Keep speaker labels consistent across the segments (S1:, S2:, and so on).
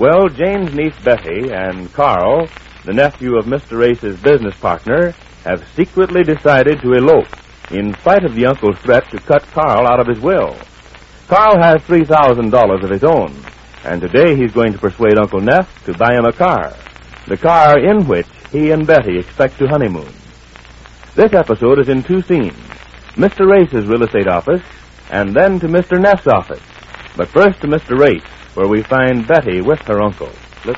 S1: Well, Jane's niece Betty and Carl, the nephew of Mr. Race's business partner, have secretly decided to elope in spite of the uncle's threat to cut Carl out of his will. Carl has $3,000 of his own, and today he's going to persuade Uncle Neff to buy him a car, the car in which he and Betty expect to honeymoon. This episode is in two scenes Mr. Race's real estate office, and then to Mr. Neff's office. But first to Mr. Race, where we find Betty with her uncle. Look,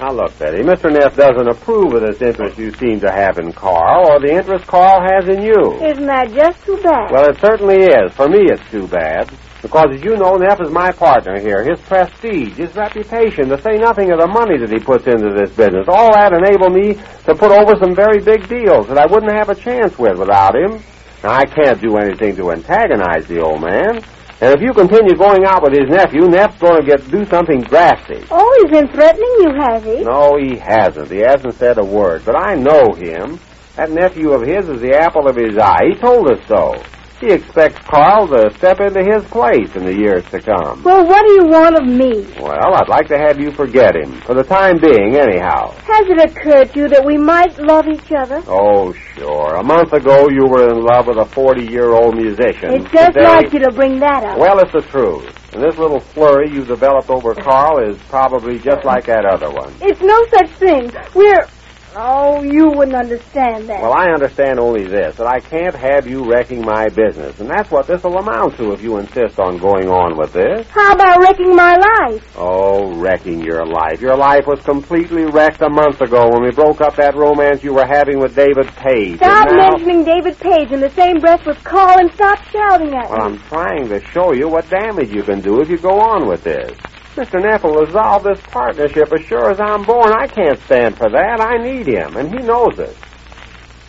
S2: Now, look, Betty, Mr. Neff doesn't approve of this interest you seem to have in Carl, or the interest Carl has in you.
S3: Isn't that just too bad?
S2: Well, it certainly is. For me, it's too bad. Because, as you know, Neff is my partner here. His prestige, his reputation, to say nothing of the money that he puts into this business, all that enabled me to put over some very big deals that I wouldn't have a chance with without him. Now, I can't do anything to antagonize the old man. And if you continue going out with his nephew, Neff's going to get do something drastic.
S3: oh, he's been threatening you, has he?
S2: No, he hasn't. He hasn't said a word, but I know him. That nephew of his is the apple of his eye. He told us so. He expects Carl to step into his place in the years to come.
S3: Well, what do you want of me?
S2: Well, I'd like to have you forget him, for the time being, anyhow.
S3: Has it occurred to you that we might love each other?
S2: Oh, sure. A month ago, you were in love with a 40 year old musician.
S3: It's just
S2: Today-
S3: like you to bring that up.
S2: Well, it's the truth. And this little flurry you developed over Carl is probably just like that other one.
S3: it's no such thing. We're. Oh, you wouldn't understand that.
S2: Well, I understand only this, that I can't have you wrecking my business, and that's what this will amount to if you insist on going on with this.
S3: How about wrecking my life?
S2: Oh, wrecking your life. Your life was completely wrecked a month ago when we broke up that romance you were having with David Page.
S3: Stop
S2: and now...
S3: mentioning David Page in the same breath with Carl and stop shouting at
S2: Well,
S3: me.
S2: I'm trying to show you what damage you can do if you go on with this. Mr. Neff will dissolve this partnership as sure as I'm born. I can't stand for that. I need him, and he knows it.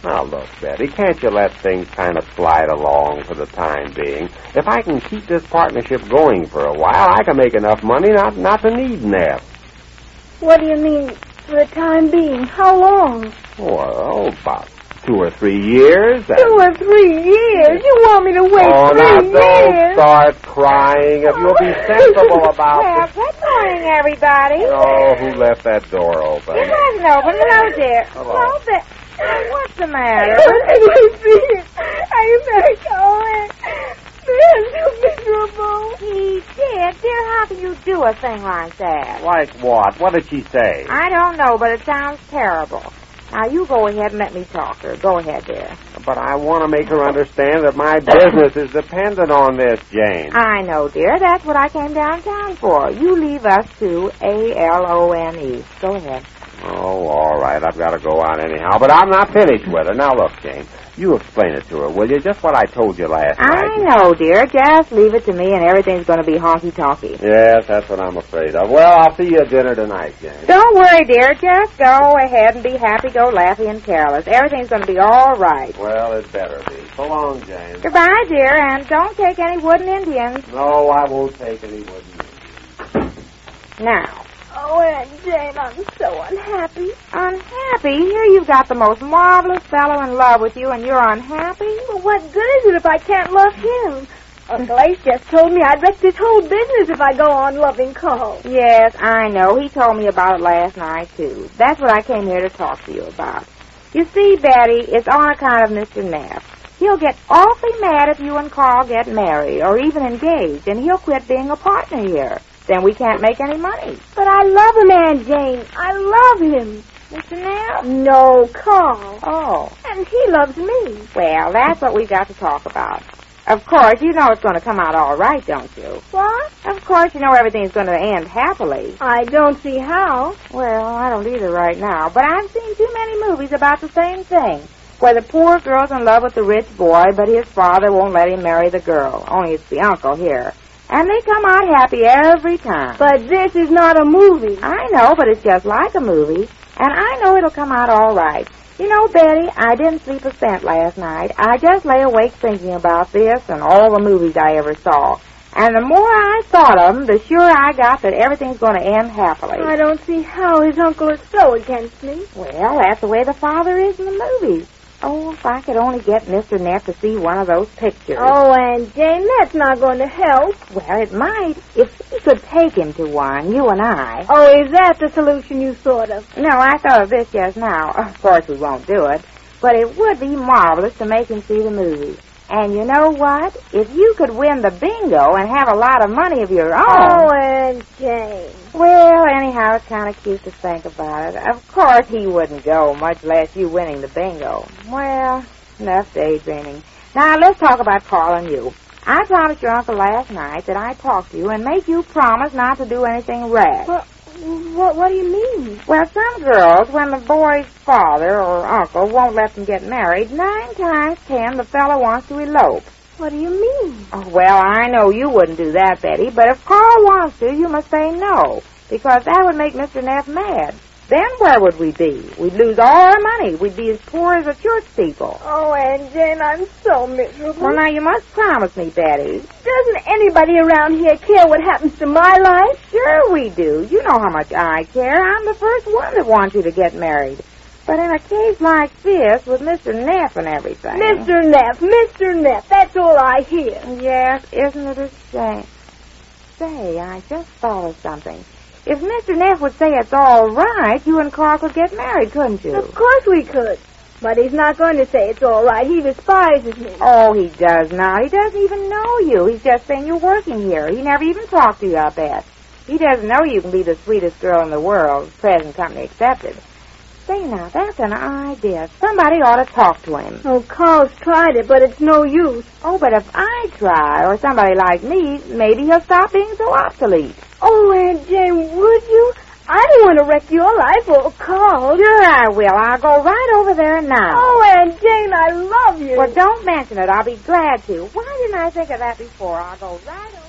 S2: Now, look, Betty, can't you let things kind of slide along for the time being? If I can keep this partnership going for a while, I can make enough money not, not to need Neff.
S3: What do you mean, for the time being? How long?
S2: Well, about two or three years. and-
S3: Two or three years? You want me to wait
S2: Oh,
S3: three
S2: now don't
S3: years?
S2: start crying. If you'll be sensible about
S3: Well,
S2: it.
S3: good morning, everybody.
S2: Oh, who left that door open?
S3: It wasn't open. Hello, dear.
S2: Hello.
S3: Well, but- oh, what's the matter? Are you better going? Man, you miserable. Gee, dear, dear, how can you do a thing like that?
S2: Like what? What did she say?
S3: I don't know, but it sounds terrible. Now, you go ahead and let me talk to her. Go ahead, dear.
S2: But I want to make her understand that my business is dependent on this, Jane.
S3: I know, dear. That's what I came downtown for. You leave us to A-L-O-N-E. E. Go ahead.
S2: Oh, all right. I've got to go out anyhow. But I'm not finished with her. Now, look, Jane. You explain it to her, will you? Just what I told you last
S3: I
S2: night.
S3: know, dear. Just leave it to me, and everything's going to be honky-talky.
S2: Yes, that's what I'm afraid of. Well, I'll see you at dinner tonight, Jane.
S3: Don't worry, dear. Just go ahead and be happy-go-laughy and careless. Everything's going to be all right.
S2: Well, it better be. So long, Jane.
S3: Goodbye, dear, and don't take any wooden Indians
S2: No, I won't take any with you.
S3: now. Oh, Aunt Jane, I'm so unhappy. Unhappy? Here you've got the most marvelous fellow in love with you, and you're unhappy? Well, what good is it if I can't love him? Uncle Ace just told me I'd wreck this whole business if I go on loving Carl.
S4: Yes, I know. He told me about it last night, too. That's what I came here to talk to you about.
S5: You see, Betty, it's on account of Mr. Knapp. He'll get awfully mad if you and Carl get married or even engaged, and he'll quit being a partner here. Then we can't make any money.
S3: But I love him, Aunt Jane. I love him.
S5: Mr. Knapp?
S3: No, Carl.
S5: Oh.
S3: And he loves me.
S5: Well, that's what we've got to talk about. Of course, you know it's going to come out all right, don't you?
S3: What?
S5: Of course, you know everything's going to end happily.
S3: I don't see how.
S5: Well, I don't either right now, but I've seen too many movies about the same thing. Where the poor girl's in love with the rich boy, but his father won't let him marry the girl. Only it's the uncle here. And they come out happy every time.
S3: But this is not a movie.
S5: I know, but it's just like a movie. And I know it'll come out all right. You know, Betty, I didn't sleep a cent last night. I just lay awake thinking about this and all the movies I ever saw. And the more I thought of 'em, the surer I got that everything's going to end happily.
S3: I don't see how his uncle is so against me.
S5: Well, that's the way the father is in the movies. Oh, if I could only get Mr. Neff to see one of those pictures.
S3: Oh, Aunt Jane, that's not going to help.
S5: Well, it might. If we could take him to one, you and I.
S3: Oh, is that the solution you thought of?
S5: No, I thought of this just now. Of course, we won't do it. But it would be marvelous to make him see the movie. And you know what? If you could win the bingo and have a lot of money of your
S3: Oh,
S5: own.
S3: Aunt Jane.
S5: Well, anyhow, it's kind of cute to think about it. Of course, he wouldn't go, much less you winning the bingo. Well, enough daydreaming. Now, let's talk about Carl and you. I promised your uncle last night that I'd talk to you and make you promise not to do anything rash.
S3: What, what, what do you mean?
S5: Well, some girls, when the boy's father or uncle won't let them get married, nine times ten the fellow wants to elope.
S3: What do you mean?
S5: Oh, well, I know you wouldn't do that, Betty, but if Carl wants to, you must say no, because that would make Mr. Neff mad. Then where would we be? We'd lose all our money. We'd be as poor as the church people.
S3: Oh, Aunt Jane, I'm so miserable.
S5: Well, now you must promise me, Betty.
S3: Doesn't anybody around here care what happens to my life?
S5: Sure we do. You know how much I care. I'm the first one that wants you to get married. But in a case like this, with Mr. Neff and everything.
S3: Mr. Neff, Mr. Neff, that's all I hear.
S5: Yes, isn't it a shame? Say, I just thought of something. If Mr. Neff would say it's all right, you and Carl could get married, couldn't you?
S3: Of course we could. But he's not going to say it's all right. He despises me.
S5: Oh, he does not. He doesn't even know you. He's just saying you're working here. He never even talked to you, I bet. He doesn't know you can be the sweetest girl in the world, present company excepted. Say now, that's an idea. Somebody ought to talk to him.
S3: Oh, Carl's tried it, but it's no use.
S5: Oh, but if I try, or somebody like me, maybe he'll stop being so obsolete.
S3: Oh, Aunt Jane, would you? I don't want to wreck your life or Carl's.
S5: Sure I will. I'll go right over there now.
S3: Oh, Aunt Jane, I love you.
S5: Well, don't mention it. I'll be glad to. Why didn't I think of that before? I'll go right over.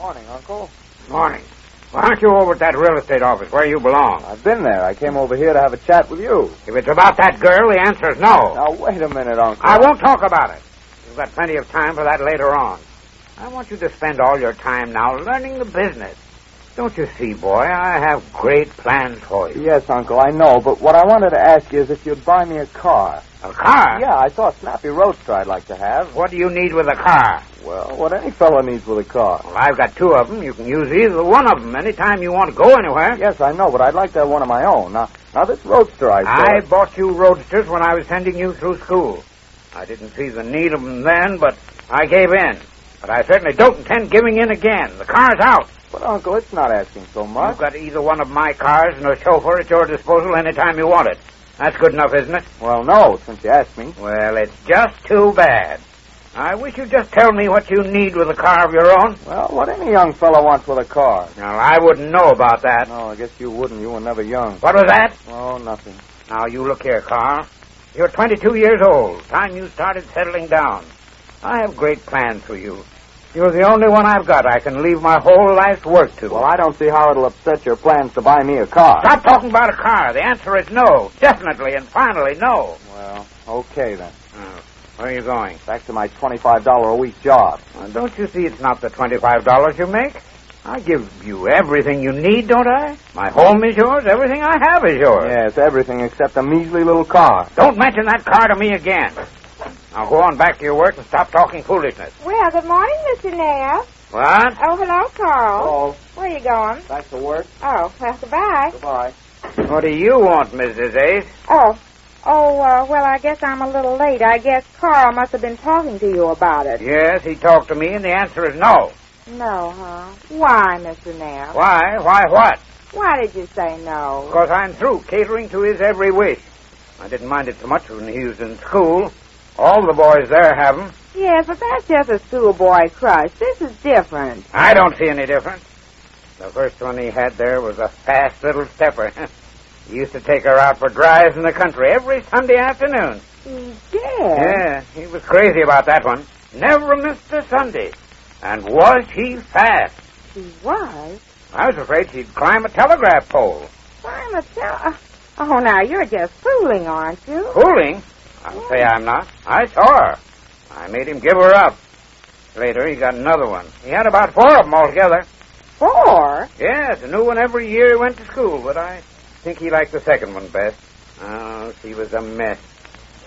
S6: Morning, Uncle.
S2: Morning. Why don't you over at that real estate office where you belong?
S6: I've been there. I came over here to have a chat with you.
S2: If it's about that girl, the answer is no.
S6: Now, wait a minute, Uncle.
S2: I won't talk about it. You've got plenty of time for that later on. I want you to spend all your time now learning the business. Don't you see, boy, I have great plans for you.
S6: Yes, Uncle, I know, but what I wanted to ask you is if you'd buy me a car.
S2: A car?
S6: Yeah, I saw a snappy roadster I'd like to have.
S2: What do you need with a car?
S6: Well, what any fellow needs with a car.
S2: Well, I've got two of them. You can use either one of them anytime you want to go anywhere.
S6: Yes, I know, but I'd like to have one of my own. Now, now this roadster I saw.
S2: I bought you roadsters when I was sending you through school. I didn't see the need of them then, but I gave in. But I certainly don't intend giving in again. The car's out.
S6: But, Uncle, it's not asking so much.
S2: You've got either one of my cars and a chauffeur at your disposal anytime you want it. That's good enough, isn't it?
S6: Well, no, Oh, since you asked me.
S2: Well, it's just too bad. I wish you'd just tell me what you need with a car of your own.
S6: Well, what any young fellow wants with a car.
S2: Now, I wouldn't know about that.
S6: No, I guess you wouldn't. You were never young.
S2: What was that?
S6: Oh, nothing.
S2: Now, you look here, Carl. You're 22 years old. Time you started settling down. I have great plans for you. You're the only one I've got I can leave my whole life's work to.
S6: Well, I don't see how it'll upset your plans to buy me a car.
S2: Stop talking about a car. The answer is no. Definitely and finally, no.
S6: Well, okay then.
S2: Oh, where are you going?
S6: Back to my twenty-five dollar a week job.
S2: Well, don't you see it's not the $25 you make? I give you everything you need, don't I? My home is yours. Everything I have is yours.
S6: Yes, everything except a measly little car.
S2: Don't mention that car to me again. Now go on back to your work and stop talking foolishness.
S5: Well, good morning, Mr. Neff.
S2: What?
S5: Oh, hello, Carl.
S6: Oh,
S5: Where are you going?
S6: back to work.
S5: Oh, well, goodbye.
S6: Goodbye.
S7: What do you want, Mrs. Ace?
S5: Oh. Oh, uh, well, I guess I'm a little late. I guess Carl must have been talking to you about it.
S7: Yes, he talked to me, and the answer is no.
S5: No, huh? Why, Mr. Knapp?
S7: Why? Why what?
S5: Why did you say no?
S7: Because I'm through catering to his every wish. I didn't mind it so much when he was in school. All the boys there have 'em.
S5: Yes, but that's just a schoolboy crush. This is different.
S7: I don't see any difference. The first one he had there was a fast little stepper. he used to take her out for drives in the country every Sunday afternoon.
S5: He did.
S7: Yeah, he was crazy about that one. Never missed a Sunday. And was he fast?
S5: She was.
S7: I was afraid she'd climb a telegraph pole.
S5: Why, Mattel? Oh, now you're just fooling, aren't you?
S7: Fooling? I'll say I'm not. I saw her. I made him give her up. Later, he got another one. He had about four of them altogether.
S5: Four?
S7: Yes, a new one every year he went to school, but I think he liked the second one best. Oh, she was a mess.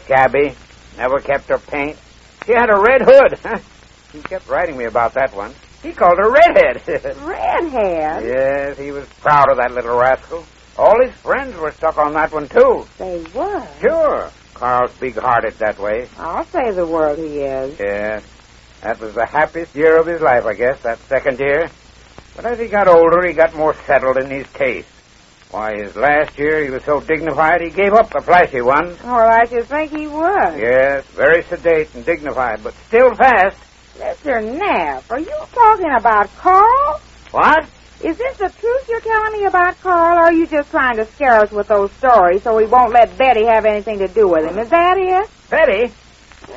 S7: Shabby, never kept her paint. She had a red hood. he kept writing me about that one. He called her Redhead.
S5: Redhead?
S7: yes, he was proud of that little rascal. All his friends were stuck on that one, too.
S5: They were.
S7: Sure. Carl's big hearted that way.
S5: I'll say the world he is.
S7: Yes. That was the happiest year of his life, I guess, that second year. But as he got older, he got more settled in his taste. Why, his last year he was so dignified he gave up the flashy one.
S5: Well, I should think he was.
S7: Yes, very sedate and dignified, but still fast.
S5: Mr. Knapp, are you talking about Carl?
S7: What?
S5: Is this the truth you're telling me about Carl, or are you just trying to scare us with those stories so we won't let Betty have anything to do with him? Is that it?
S7: Betty?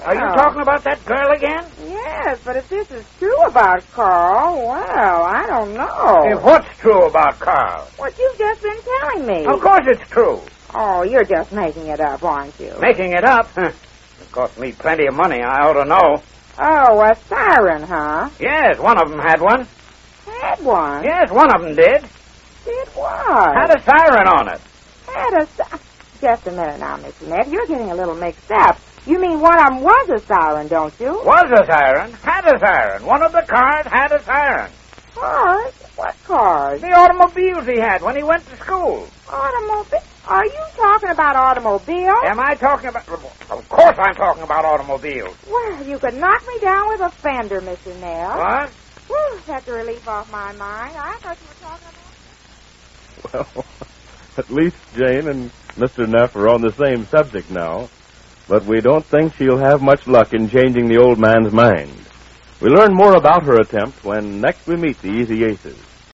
S7: Are you
S5: Oh.
S7: talking about that girl again?
S5: Yes, but if this is true about Carl, well, I don't
S7: If
S5: know.
S7: what's true about Carl?
S5: What you've just been telling me.
S7: Of course it's true.
S5: Oh, you're just making it up, aren't you?
S7: Making it up? Huh. It cost me plenty of money, I ought to know.
S5: Oh, a siren, huh?
S7: Yes, one of them had one.
S5: Had one.
S7: Yes, one of them did.
S5: It was.
S7: Had a siren on it.
S5: Had a si- Just a minute now, Mr. Ned. You're getting a little mixed up. You mean one of them was a siren, don't you?
S7: Was a siren, had a siren. One of the cars had a siren.
S5: Cars? What cars?
S7: The automobiles he had when he went to school.
S5: Automobile? Are you talking about automobiles?
S7: Am I talking about. Of course I'm talking about automobiles.
S5: Well, you could knock me down with a fender, Mr. Nell.
S7: What?
S5: Whew, that's a relief off my mind. I thought you were talking about...
S1: Well, at least Jane and Mr. Neff are on the same subject now, but we don't think she'll have much luck in changing the old man's mind. We learn more about her attempt when next we meet the Easy Aces.